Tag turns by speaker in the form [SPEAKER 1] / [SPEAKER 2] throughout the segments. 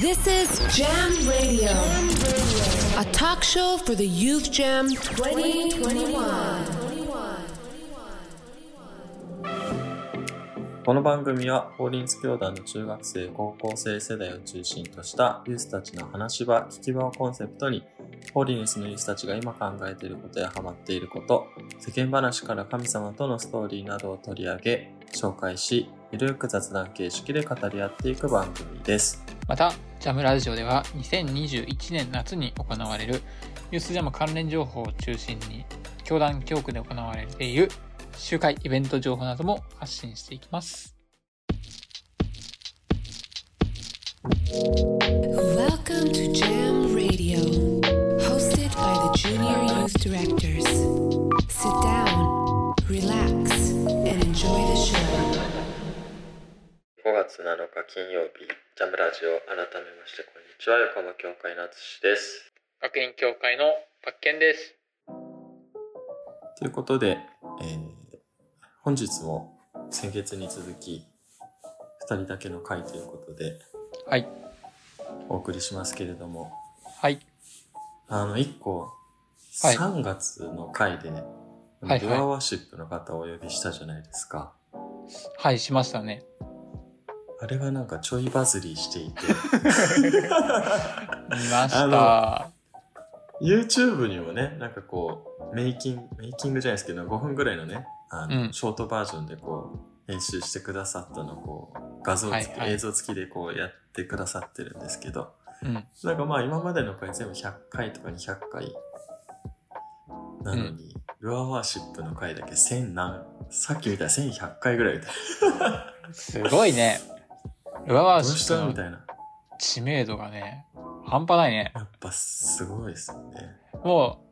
[SPEAKER 1] This is Jam Radio, a talk show for the Youth Jam 2021.
[SPEAKER 2] この番組は法輪律教団の中学生高校生世代を中心としたユースたちの話し場聞き場をコンセプトに法輪律のユースたちが今考えていることやハマっていること世間話から神様とのストーリーなどを取り上げ紹介しゆるく雑談形式で語り合っていく番組です
[SPEAKER 3] またジャムラジオでは2021年夏に行われるユースジャム関連情報を中心に教団教区で行われている集会イベント情報なども発信していきます。
[SPEAKER 1] Welcome to Jam Radio, hosted by the Junior Youth Directors. Sit down, relax, and enjoy the show.
[SPEAKER 2] 5月7日金曜日ジャムラジオ改めましてこんにちは横浜教会の淳です
[SPEAKER 3] 学院協会のパッケンです。
[SPEAKER 2] ということで、えー本日も先月に続き2人だけの回ということで
[SPEAKER 3] はい。
[SPEAKER 2] お送りしますけれども
[SPEAKER 3] はい。
[SPEAKER 2] あの1個、
[SPEAKER 3] はい
[SPEAKER 2] 3月の回でブ
[SPEAKER 3] はい
[SPEAKER 2] アワーシップの方をお呼びしたじゃないですか、
[SPEAKER 3] はい、しましたね。
[SPEAKER 2] あれはなんかちょいバズりして いて
[SPEAKER 3] 見ました。
[SPEAKER 2] YouTube にもねなんかこうメイキングメイキングじゃないですけど5分ぐらいのねあの、
[SPEAKER 3] うん
[SPEAKER 2] ショートバージョンでこう編集してくださったのをこう画像付き、
[SPEAKER 3] はいはい
[SPEAKER 2] 映像付きでこうやってくださってるんですけど
[SPEAKER 3] うん。
[SPEAKER 2] なんかまあ今までの回全部100回とか200回なのに、ルアーワーシップの回だけ1000何さっき見たら1100回ぐらいみたい
[SPEAKER 3] すごいね。ルアワ
[SPEAKER 2] な
[SPEAKER 3] ー
[SPEAKER 2] どうし
[SPEAKER 3] シ
[SPEAKER 2] たみ
[SPEAKER 3] ップ
[SPEAKER 2] た
[SPEAKER 3] の
[SPEAKER 2] いな
[SPEAKER 3] 知名度がね、半端ないね。
[SPEAKER 2] やっぱすごいですよね
[SPEAKER 3] も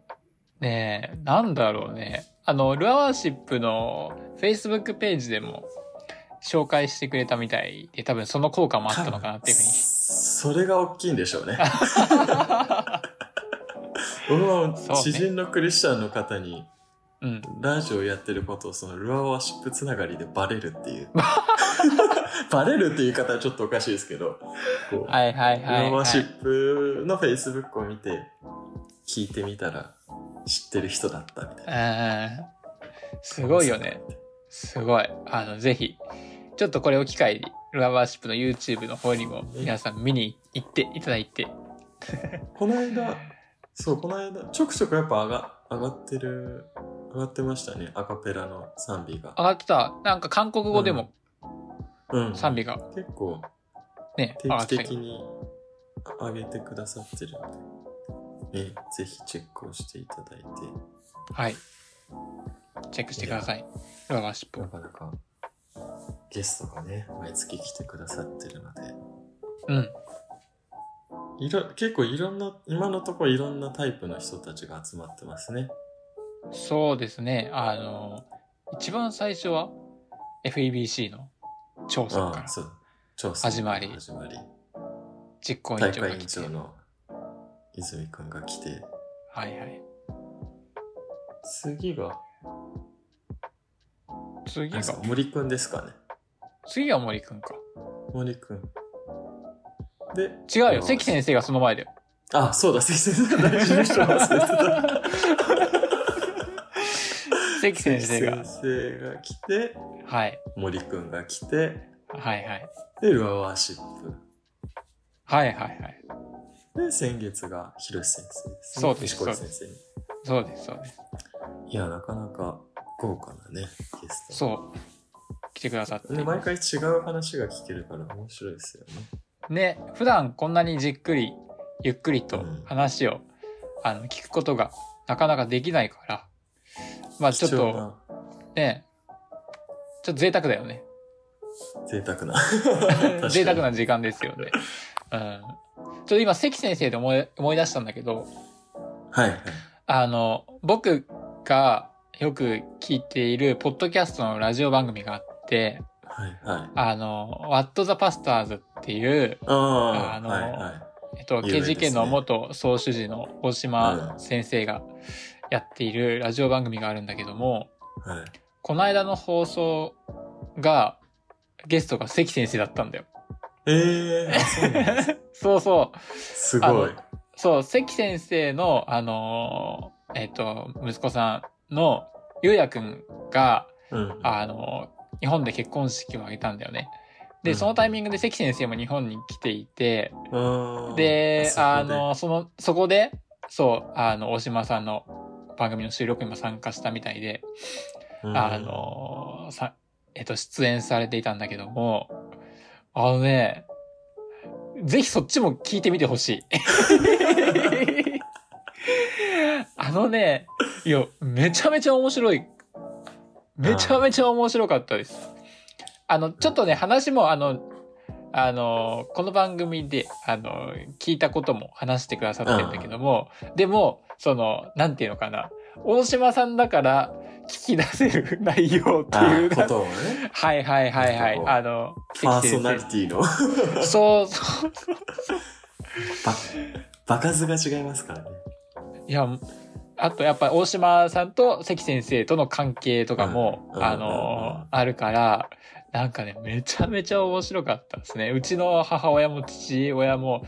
[SPEAKER 3] う、ねえ、なんだろうね。あの、ルアワーシップの Facebook ページでも紹介してくれたみたいで、多分その効果もあったのかなっていうふうに。
[SPEAKER 2] それが大きいんでしょう ね僕は
[SPEAKER 3] そうね
[SPEAKER 2] 知人のクリスチャンの方に
[SPEAKER 3] うん。
[SPEAKER 2] ラジオやってることをそのルアーワーシップつながりでバレるって いうバレるっていう言い方はちょっとおかしいですけどこう
[SPEAKER 3] はいはい
[SPEAKER 2] ルア
[SPEAKER 3] はい、
[SPEAKER 2] ー
[SPEAKER 3] は
[SPEAKER 2] ワーシ
[SPEAKER 3] い。
[SPEAKER 2] ップの Facebook を見て聞いてみたら知ってる人だったみたいな
[SPEAKER 3] うん。すごいよね。すごい。あの、ぜひ、ちょっとこれを機会に、ルアワーシップの YouTube の方にも皆さん見に行っていただいて。
[SPEAKER 2] この間そうこの間ちょくちょくやっぱ上が上がってる上がってましたねアカペラの賛美が
[SPEAKER 3] 上がってた、なんか韓国語でも
[SPEAKER 2] うん
[SPEAKER 3] 賛美が
[SPEAKER 2] 結構
[SPEAKER 3] ね、上がっ
[SPEAKER 2] 定期
[SPEAKER 3] てたけ
[SPEAKER 2] 的
[SPEAKER 3] ど。
[SPEAKER 2] に上げてくださってるので、ね、ぜひチェックをしていただいて
[SPEAKER 3] はい。チェックしてください。ルアワーシップを
[SPEAKER 2] な。かなかゲストがね毎月来てくださってるので
[SPEAKER 3] うん。
[SPEAKER 2] いろ結構いろんな今のところいろんなタイプの人たちが集まってますね
[SPEAKER 3] そうですね。あの、一番最初は FEBC の調査か
[SPEAKER 2] あ
[SPEAKER 3] ら
[SPEAKER 2] あそう調査
[SPEAKER 3] 始まり
[SPEAKER 2] 始まり
[SPEAKER 3] 実行委員
[SPEAKER 2] 大
[SPEAKER 3] 長
[SPEAKER 2] 会委
[SPEAKER 3] が
[SPEAKER 2] 員
[SPEAKER 3] 来て。
[SPEAKER 2] 長の泉くんが来て
[SPEAKER 3] はいはい。
[SPEAKER 2] 次が
[SPEAKER 3] 次が、
[SPEAKER 2] 森くんですかね
[SPEAKER 3] 次は森くんか。
[SPEAKER 2] 森くんで
[SPEAKER 3] 違うよ。関先生がその前 だよ。
[SPEAKER 2] あそうだ関先生大事な人忘れてた
[SPEAKER 3] 関先生が。
[SPEAKER 2] 先生が来て
[SPEAKER 3] はい。
[SPEAKER 2] 森くんが来て
[SPEAKER 3] はいはい。
[SPEAKER 2] でルアーワーシップ
[SPEAKER 3] はいはいはい。
[SPEAKER 2] で先月が広瀬先生です、
[SPEAKER 3] そうです
[SPEAKER 2] 西堀先生
[SPEAKER 3] そうです、そうです。
[SPEAKER 2] いやなかなか豪華なねゲスト
[SPEAKER 3] そう。来てくださって
[SPEAKER 2] で。毎回違う話が聞けるから面白いですよね
[SPEAKER 3] ね、普段こんなにじっくり、ゆっくりと
[SPEAKER 2] うん
[SPEAKER 3] 話を、あの、聞くことがなかなかできないから。まあちょっ
[SPEAKER 2] 貴重
[SPEAKER 3] と、
[SPEAKER 2] な
[SPEAKER 3] ね、ちょっと贅沢だよね。
[SPEAKER 2] 贅沢 なに
[SPEAKER 3] 贅沢な時間ですよね。うん。ちょっと今、関先生で思い思い出したんだけど、
[SPEAKER 2] はいはい
[SPEAKER 3] あの、僕がよく聞いている、ポッドキャストのラジオ番組があって、
[SPEAKER 2] はいはい
[SPEAKER 3] あの、What the Pastors っていう、
[SPEAKER 2] ああ
[SPEAKER 3] あの
[SPEAKER 2] はいはい
[SPEAKER 3] えっと、
[SPEAKER 2] 有名で
[SPEAKER 3] ケ
[SPEAKER 2] すね
[SPEAKER 3] ジ家の元総主事の大島先生がやっているラジオ番組があるんだけども、
[SPEAKER 2] はい
[SPEAKER 3] この間の放送が、ゲストが関先生だったんだよ。
[SPEAKER 2] ええー、あ、そうなんだ。
[SPEAKER 3] そうそう。
[SPEAKER 2] す
[SPEAKER 3] あ
[SPEAKER 2] ご
[SPEAKER 3] の
[SPEAKER 2] い。
[SPEAKER 3] そう、関先生の、あのーえっ、と、息子さんの、ゆうやくんが、
[SPEAKER 2] うん。
[SPEAKER 3] あのー日本で結婚式を挙げたんだよね。
[SPEAKER 2] う
[SPEAKER 3] で、
[SPEAKER 2] ん
[SPEAKER 3] そのタイミングで関先生も日本に来ていて、
[SPEAKER 2] うん
[SPEAKER 3] で、
[SPEAKER 2] そこ
[SPEAKER 3] あのーその、そこで、そう、あの、大島さんの番組の収録にも参加したみたいで、
[SPEAKER 2] うん
[SPEAKER 3] あのーさ、えっ、と、出演されていたんだけども、あのね、ぜひそっちも聞いてみて ほしい。あのね、いや、めちゃめちゃ面白い。めちゃめちゃ面白かったです。あの、ちょっとね、話も、あの、あの、この番組で、あの、聞いたことも話してくださってるんだけども、でも、その、なんていうのかな、大島さんだから聞き出せる内容って
[SPEAKER 2] あ
[SPEAKER 3] いう
[SPEAKER 2] ー
[SPEAKER 3] な
[SPEAKER 2] ことをね。
[SPEAKER 3] はいはいはいは
[SPEAKER 2] なる
[SPEAKER 3] い
[SPEAKER 2] ほ。ど
[SPEAKER 3] あの、
[SPEAKER 2] パーソナリテ ィの
[SPEAKER 3] ィ。そうそう。
[SPEAKER 2] ババカズが違いますからね。
[SPEAKER 3] いや、あとやっぱ大島さんと関先生との関係とかも、
[SPEAKER 2] うん
[SPEAKER 3] あ
[SPEAKER 2] うんうんう
[SPEAKER 3] の
[SPEAKER 2] ん
[SPEAKER 3] あるから、なんかね、めちゃめちゃ面白かったですね。うちの母親も父親も、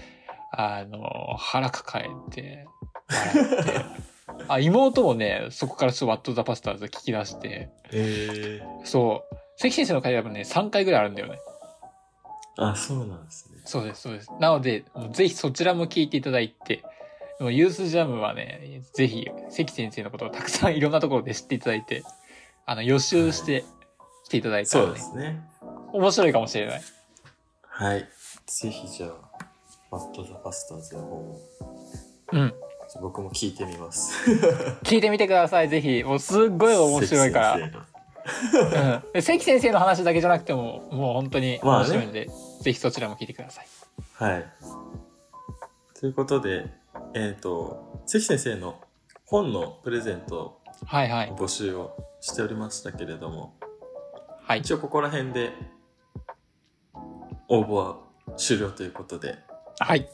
[SPEAKER 3] あの腹抱えて、笑 って。あ、妹もね、そこからちょっとワット・ザ・パスターズ聞き出して、
[SPEAKER 2] ええ
[SPEAKER 3] そう、関先生の会話もね、3回ぐらいあるんだよね。
[SPEAKER 2] あ、そうなんですね。
[SPEAKER 3] そうです、そうです。なので、もうぜひそちらも聞いていただいて、でもユースジャムはね、ぜひ関先生のことをたくさんいろんなところで知っていただいて、あの、予習して来ていただいた
[SPEAKER 2] そ
[SPEAKER 3] ら
[SPEAKER 2] うで
[SPEAKER 3] ね、
[SPEAKER 2] すね。
[SPEAKER 3] 面白いかもしれない。
[SPEAKER 2] はい。ぜひじゃあ、バット・ザ・パスターズの方を
[SPEAKER 3] うん。
[SPEAKER 2] 僕も聞いてみます。
[SPEAKER 3] 聞いてみてください、ぜひ。もうすっごい面白いか
[SPEAKER 2] 関先
[SPEAKER 3] ら。うんで。関先生の話だけじゃなくても、もう本当に面白いので、ぜひそちらも聞いてください。
[SPEAKER 2] 生の。はい。ということで、えっ、と、関先生の本のプレゼント
[SPEAKER 3] はいはい。
[SPEAKER 2] 募集をしておりましたけれども、
[SPEAKER 3] はい。
[SPEAKER 2] 一応ここら辺で応募は終了ということで、
[SPEAKER 3] はい。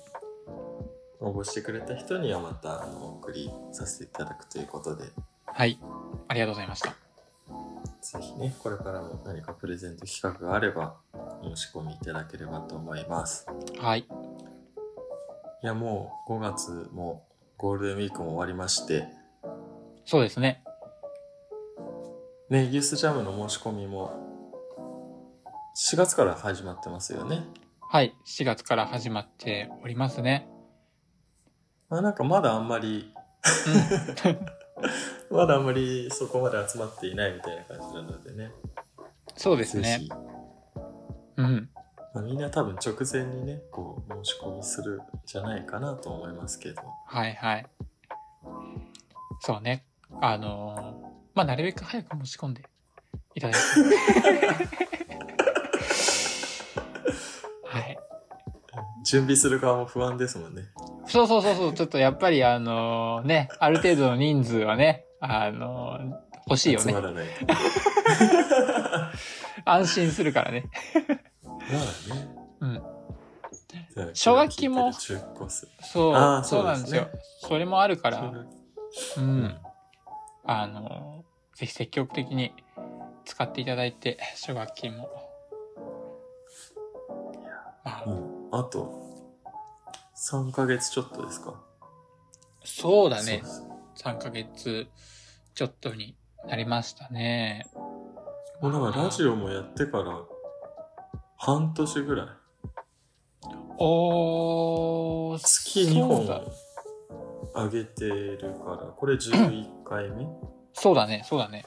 [SPEAKER 2] 応募してくれた人にはまたあのお送りさせていただくということで、
[SPEAKER 3] はい。ありがとうございました。
[SPEAKER 2] ぜひね、これからも何かプレゼント企画があれば、申し込みいただければと思います。
[SPEAKER 3] はい。
[SPEAKER 2] いや、もう5月もゴールデンウィークも終わりまして、
[SPEAKER 3] そうですね。
[SPEAKER 2] ね、ユースジャムの申し込みも4月から始まってますよね。
[SPEAKER 3] はい。4月から始まっておりますね。
[SPEAKER 2] まあなんかまだあんまり、 まだあんまりそこまで集まっていないみたいな感じなのでね。
[SPEAKER 3] そうですね
[SPEAKER 2] ぜ。ひ
[SPEAKER 3] うん。
[SPEAKER 2] まあ、みんな多分直前にね、こう申し込みするんじゃないかなと思いますけど。
[SPEAKER 3] はいはい。そうね。あのーまあ、なるべく早く持ち込んでいただいて。 はい。
[SPEAKER 2] 準備する側も不安ですもんね。
[SPEAKER 3] そうそうそうそう。ちょっとやっぱりあのーね、ある程度の人数はね、あのー欲しいよ
[SPEAKER 2] 集
[SPEAKER 3] ね
[SPEAKER 2] ま。らない と。
[SPEAKER 3] 安心するからね。
[SPEAKER 2] まあね。
[SPEAKER 3] うん。
[SPEAKER 2] じゃあ
[SPEAKER 3] 奨学金も
[SPEAKER 2] 中古コース。
[SPEAKER 3] そう、
[SPEAKER 2] あー
[SPEAKER 3] そ
[SPEAKER 2] そうう
[SPEAKER 3] な
[SPEAKER 2] なんん
[SPEAKER 3] で
[SPEAKER 2] ですすね
[SPEAKER 3] よ。それもあるから、う
[SPEAKER 2] うんん。。
[SPEAKER 3] あの、ぜひ積極的に使っていただいて、奨学金も。まあ
[SPEAKER 2] うんあと、3ヶ月ちょっとですか。
[SPEAKER 3] そうだね
[SPEAKER 2] そう。です
[SPEAKER 3] 3ヶ月ちょっとになりましたね。
[SPEAKER 2] もうなんかラジオもやってから、半年ぐらい。
[SPEAKER 3] おー、
[SPEAKER 2] 月2
[SPEAKER 3] そうだ
[SPEAKER 2] 本上げてるから、これ11回目
[SPEAKER 3] そうだね、そうだね。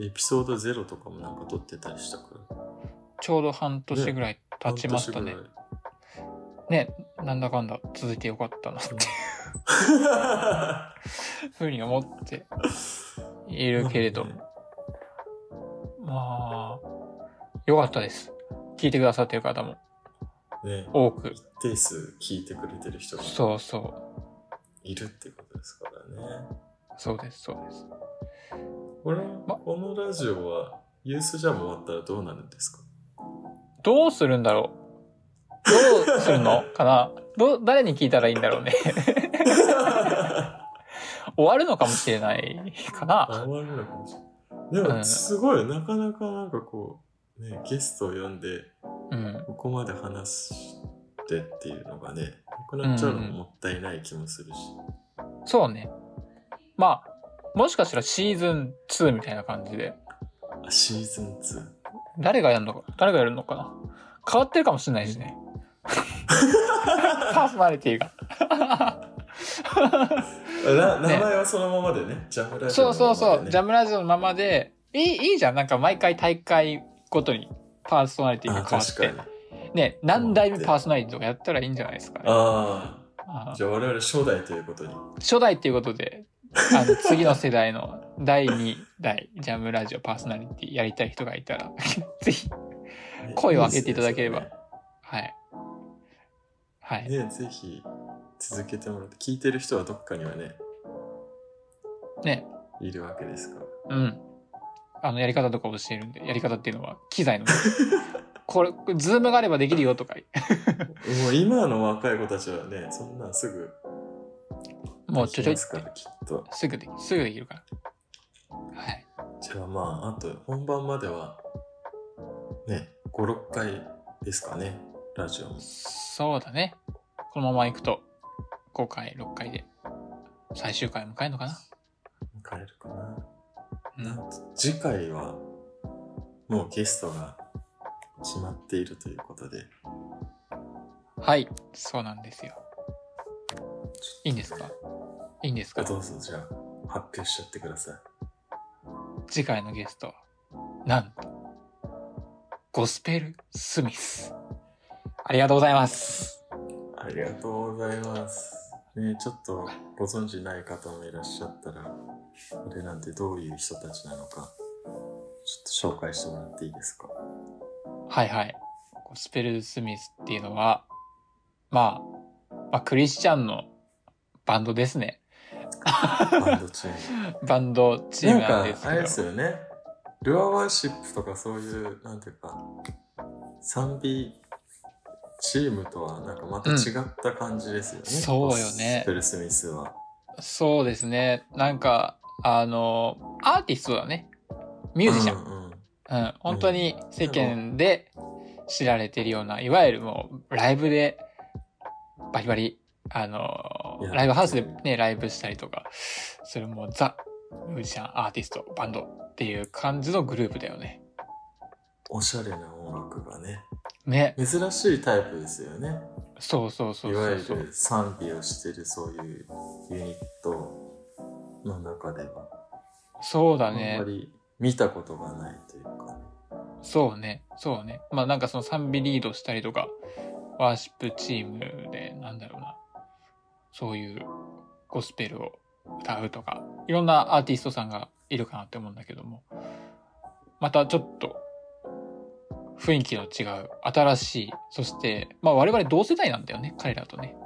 [SPEAKER 2] エピソード0とかもなんか撮ってたりしたから。
[SPEAKER 3] ちょうど半年ぐらい経ちましたね
[SPEAKER 2] 半。年ぐ
[SPEAKER 3] ね、なんだかんだ続いてよかったな、と
[SPEAKER 2] ら
[SPEAKER 3] いうふうに思って い
[SPEAKER 2] い。
[SPEAKER 3] るけれども。まあ、よかったです。聞いてくださってる方も
[SPEAKER 2] ね。
[SPEAKER 3] 多く。
[SPEAKER 2] 一定数聞いてくれてる人が
[SPEAKER 3] そうそ
[SPEAKER 2] いるってことですからね。
[SPEAKER 3] う。そうです、そうです。
[SPEAKER 2] これ、
[SPEAKER 3] ま
[SPEAKER 2] このラジオは、ユースジャム終わったらどうなるん ですか
[SPEAKER 3] どうするんだろうどうするのかなどう、誰に聞いたらいいんだろうね。 終わるのかもしれないかな
[SPEAKER 2] あ終わるのかもしれない。で
[SPEAKER 3] うん
[SPEAKER 2] も、すごい、なかなかなんかこう、ね、ゲストを呼んで、
[SPEAKER 3] うん。うん。
[SPEAKER 2] ここまで話してっていうのがね、なくなっちゃうのももったいない気もするし。
[SPEAKER 3] そうね。まあ、もしかしたらシーズン2みたいな感じで、
[SPEAKER 2] あシーズン2。
[SPEAKER 3] 誰がやるのか、誰がやるのかな。変わってるかもしれないしね。パーソナリティが。
[SPEAKER 2] な
[SPEAKER 3] ね
[SPEAKER 2] 名前はそのままでね、ジャムラジオの
[SPEAKER 3] そうそう
[SPEAKER 2] ま
[SPEAKER 3] そ
[SPEAKER 2] まで
[SPEAKER 3] う、
[SPEAKER 2] ね
[SPEAKER 3] ジャムラジオのままで、いい、いいじゃん。なんか毎回大会ごとにパーソナリティが
[SPEAKER 2] あ
[SPEAKER 3] 変わっ
[SPEAKER 2] 確か
[SPEAKER 3] て
[SPEAKER 2] に。。
[SPEAKER 3] ね、何代目パーソナリティとかやったらいいんじゃないですかね。
[SPEAKER 2] あ
[SPEAKER 3] あ
[SPEAKER 2] あ、
[SPEAKER 3] ー
[SPEAKER 2] じゃあ我々初代ということに。
[SPEAKER 3] 初代っていうことで、あの、次の世代の 第2代ジャムラジオパーソナリティやりたい人がいたら、 ぜひ、 声を上げていただけれ
[SPEAKER 2] い
[SPEAKER 3] ば
[SPEAKER 2] いで
[SPEAKER 3] はい。はい。
[SPEAKER 2] すね。ねぜひ続けてもらって、聞いてる人はどっかにはね、
[SPEAKER 3] ね。
[SPEAKER 2] いるわけですから。
[SPEAKER 3] うん。あの、やり方とか教えるんで、やり方っていうのは、機材の。これ、ズームがあればできるよとか、
[SPEAKER 2] もう今の若い子たちはね、そんなんすぐ
[SPEAKER 3] もうちょちょ
[SPEAKER 2] でき
[SPEAKER 3] い
[SPEAKER 2] ますから、きっと。
[SPEAKER 3] すぐできる、すぐできるから。はい。
[SPEAKER 2] じゃあまあ、あと本番までは、ね、5、6回ですかね、ラジオも。
[SPEAKER 3] そうだね。このまま行くと、5回、6回で、最終回迎えるのかな
[SPEAKER 2] 迎えるかな。
[SPEAKER 3] うん。
[SPEAKER 2] 次回は、もうゲストが決まっているということで、
[SPEAKER 3] はい。そうなんですよ。いいんですかいいんですか
[SPEAKER 2] どうぞじゃあ、発表しちゃってください。
[SPEAKER 3] 次回のゲストは、なんと、ゴスペル・スミス。ありがとうございます。
[SPEAKER 2] ありがとうございます。ね、ちょっとご存知ない方もいらっしゃったら、これなんてどういう人たちなのか、ちょっと紹介してもらっていいですか。
[SPEAKER 3] はいはい。ゴスペル・スミスっていうのは、まあ、まあ、クリスチャンのバンドですね。
[SPEAKER 2] バンドチーム。
[SPEAKER 3] バンドチー
[SPEAKER 2] な
[SPEAKER 3] ム
[SPEAKER 2] ん
[SPEAKER 3] な
[SPEAKER 2] か
[SPEAKER 3] んですけど。
[SPEAKER 2] あれですよねルアーワーシップとかそういうなんていうか賛美チームとはなんかまた違った感じですよね、
[SPEAKER 3] うんそうよね
[SPEAKER 2] スペル・スミスは
[SPEAKER 3] そうですね。なんか、あの、アーティストだね。ミュージシャ
[SPEAKER 2] う
[SPEAKER 3] ン。
[SPEAKER 2] んうん
[SPEAKER 3] うん。本当に世間で知られてるような、いわゆるもう、ライブで、バリバリ、あの
[SPEAKER 2] い、や
[SPEAKER 3] ライブハウスでね、ライブしたりとか、それもうザ・ミュージシャン、アーティスト、バンドっていう感じのグループだよね。
[SPEAKER 2] おしゃれな音楽がね
[SPEAKER 3] ね。
[SPEAKER 2] 珍しいタイプですよね
[SPEAKER 3] そうそうそう
[SPEAKER 2] いわ
[SPEAKER 3] そう
[SPEAKER 2] ゆ
[SPEAKER 3] そう。
[SPEAKER 2] る賛美をしてるそういうユニットの中では
[SPEAKER 3] そう
[SPEAKER 2] あ
[SPEAKER 3] だ
[SPEAKER 2] ん
[SPEAKER 3] ね
[SPEAKER 2] ま。り見たことがないというか、ね、
[SPEAKER 3] そうね、そうね。まあなんかその賛美リードしたりとか、ワーシップチームで、なんだろうな、そういうゴスペルを歌うとか、いろんなアーティストさんがいるかなって思うんだけども、またちょっと雰囲気の違う、新しい、そして、まあ我々同世代なんだよね、彼らとね。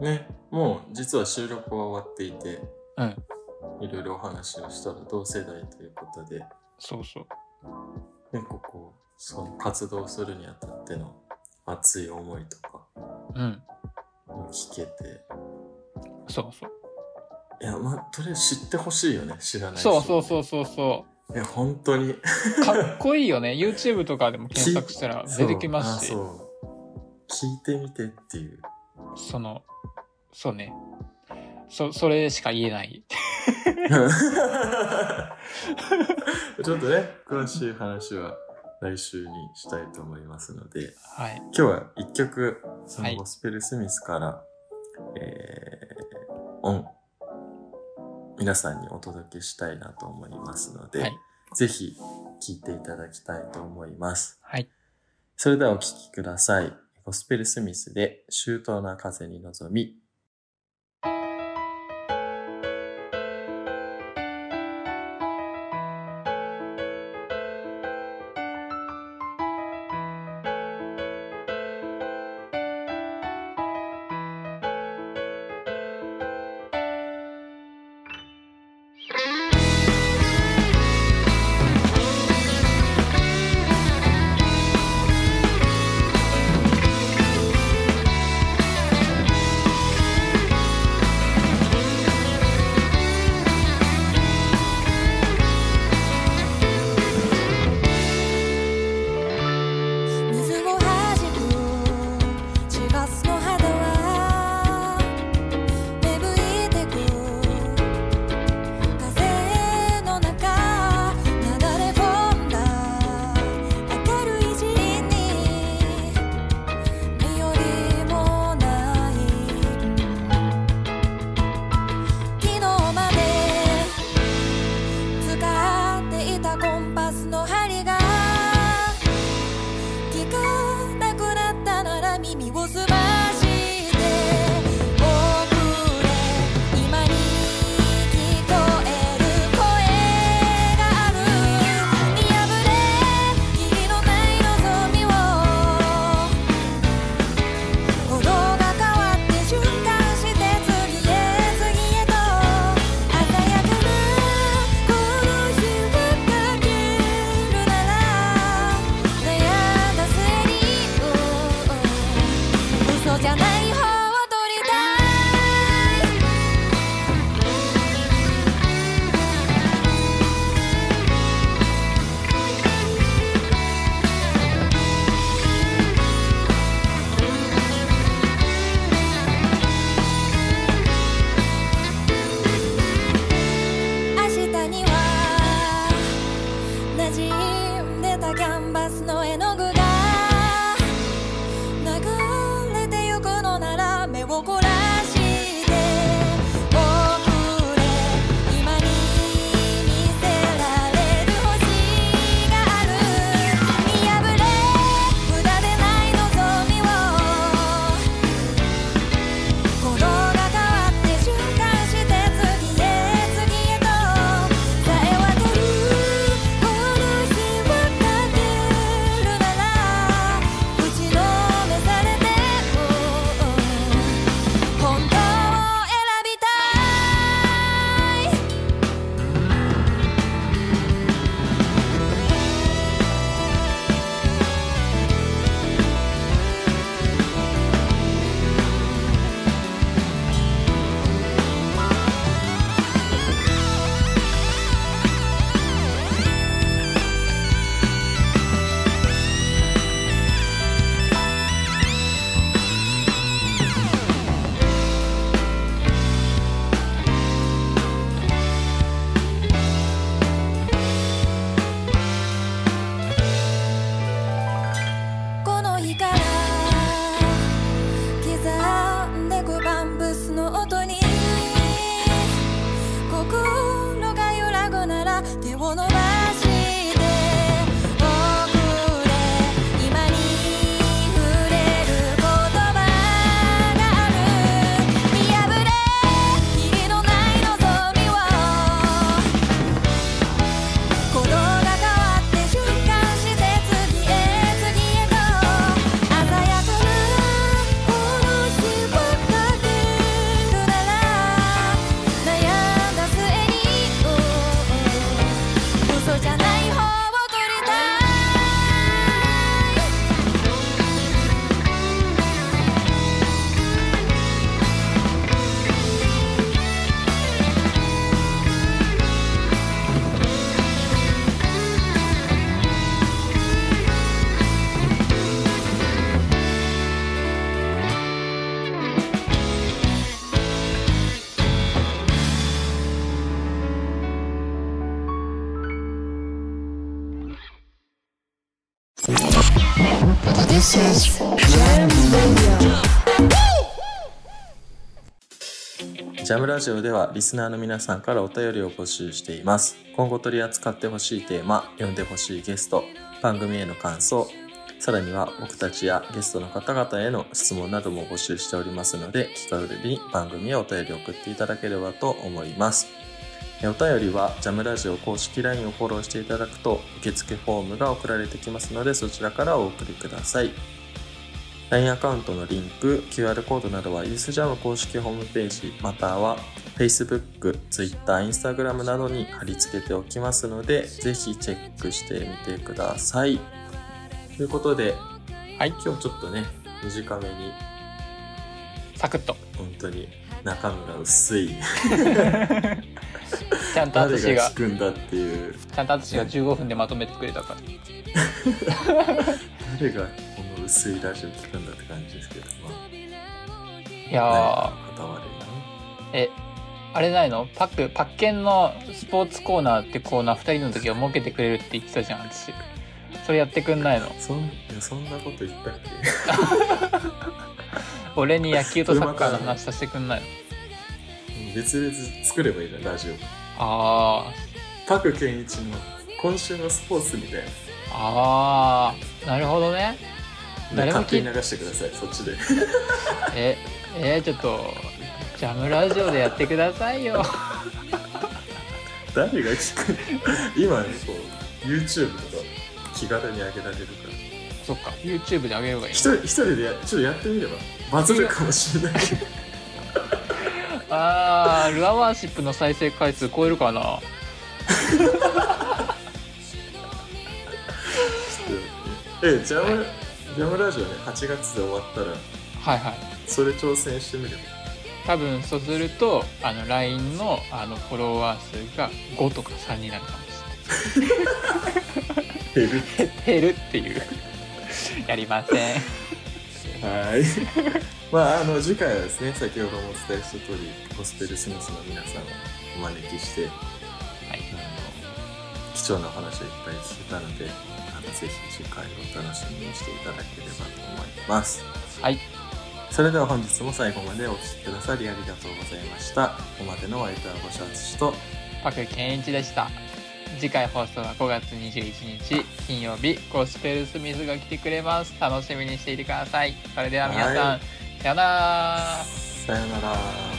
[SPEAKER 2] ねもう実は収録は終わっていて
[SPEAKER 3] うん、
[SPEAKER 2] いろいろお話をしたら同世代ということで
[SPEAKER 3] そうそう。
[SPEAKER 2] 結構こうその活動するにあたっての熱い思いとか
[SPEAKER 3] うん、
[SPEAKER 2] も聞けて
[SPEAKER 3] そうそう。
[SPEAKER 2] いやまあとりあえず知ってほしいよね知らない人
[SPEAKER 3] そうそうそうそうそ
[SPEAKER 2] いや本当に
[SPEAKER 3] う。かっこいいよね。YouTube とかでも検索したら出てきますし。
[SPEAKER 2] そうあそう聞いてみてっていう
[SPEAKER 3] その、そうね。そ、それしか言えない。
[SPEAKER 2] ちょっとね詳しい話は来週にしたいと思いますので
[SPEAKER 3] はい。
[SPEAKER 2] 今日は一曲そ
[SPEAKER 3] は
[SPEAKER 2] の
[SPEAKER 3] い
[SPEAKER 2] ゴスペル・スミスから、えー音皆さんにお届けしたいなと思いますので、
[SPEAKER 3] はい。
[SPEAKER 2] ぜひ聴いていただきたいと思います
[SPEAKER 3] はい。
[SPEAKER 2] それではお聴きくださいゴスペル・スミスで「周到な風に望み」
[SPEAKER 4] 「そうじゃない方を取りたい明日には馴染んでたキャンバスの絵の具が流れてゆくのなら目を凝らして遅れ今に見せられる星がある見破れ無駄でない望みを「心が変わって瞬間して次へ次へと」「さえ渡るこの日をかけるなら」「打ちのめされても本当を選びたい」この日から刻んでくバンブスの音に心が揺らぐなら手を伸ばして遅れ今に触れる言葉がある見破れきりのない望みを「心が変わって瞬間して次へ次へと」「鮮やかなこの日をかけるなら」「悩んだ末に嘘じゃない方を取りたい」
[SPEAKER 1] This is Jam Radio.
[SPEAKER 2] ジャムラジオではリスナーの皆さんからお便りを募集しています。今後取り扱ってほしいテーマ、読んでほしいゲスト、番組への感想、さらには僕たちやゲストの方々への質問なども募集しておりますので、機会をよりに番組へお便りを送っていただければと思います。えお便りはジャムラジオ公式 LINE をフォローしていただくと受付フォームが送られてきますのでそちらからお送りください。LINE アカウントのリンク、QR コードなどはユースジャム公式ホームページまたは Facebook、Twitter、Instagram などに貼り付けておきますのでぜひチェックしてみてください。ということで
[SPEAKER 3] はい、
[SPEAKER 2] 今日ちょっとね短めに
[SPEAKER 3] サクッと。
[SPEAKER 2] 本当に中身が薄い
[SPEAKER 3] ちゃんと
[SPEAKER 2] 誰
[SPEAKER 3] 私
[SPEAKER 2] が
[SPEAKER 3] が
[SPEAKER 2] 聞、くんだっていう
[SPEAKER 3] ちゃんと私が15分でまとめてくれたから。
[SPEAKER 2] 誰がこの薄いラジオ聞くんだって感じですけどま
[SPEAKER 3] い
[SPEAKER 2] あ
[SPEAKER 3] や
[SPEAKER 2] 片割れがね
[SPEAKER 3] ー、え、あれないのパック、パッケンのスポーツコーナーってコーナー2人の時は設けてくれるって言ってたじゃん、私。それやってくんないの
[SPEAKER 2] そんいやそんなこと言ったっ
[SPEAKER 3] 俺に野球とサッカーの話させてくんないの
[SPEAKER 2] け別々作ればいいじゃんラジオ
[SPEAKER 3] あ
[SPEAKER 2] パク健一の今週のスポーツみたいな
[SPEAKER 3] ー、あー、なるほどね。誰も聞
[SPEAKER 2] 勝
[SPEAKER 3] い
[SPEAKER 2] 手に流してくださいそっちで
[SPEAKER 3] え、えー、ちょっと、ジャムラジオでやってくださいよ。
[SPEAKER 2] 誰が聞く今ねこう YouTube とか気軽に上げられるから
[SPEAKER 3] そっか、YouTube であげればいい
[SPEAKER 2] 一。人一人でやちょっとやってみればバズるかもし れないけど
[SPEAKER 3] あー、ルアワーシップの再生回数超えるかな
[SPEAKER 2] えジャム、ジャムラジオね8月で終わったら
[SPEAKER 3] はいはい
[SPEAKER 2] それ挑戦してみれば
[SPEAKER 3] 多分そうするとあの LINE のあのフォロワー数が5とか3になるかもし
[SPEAKER 2] 減る
[SPEAKER 3] れない減るっていう やりません
[SPEAKER 2] はい まああの次回はですね先ほどもお伝えした通りゴスペルスミスの皆さんをお招きして、あの貴重なお話をいっぱい聞けたのであのぜひ次回お楽しみにしていただければと思います
[SPEAKER 3] はい
[SPEAKER 2] それでは本日も最後までお聴きくださりありがとうございましたここまでのお相手はご承知と
[SPEAKER 3] パク健一でした次回放送は5月21日金曜日ゴスペルスミスが来てくれます楽しみにしていてくださいそれでは皆さん、
[SPEAKER 2] はい
[SPEAKER 3] さよなら
[SPEAKER 2] さようなら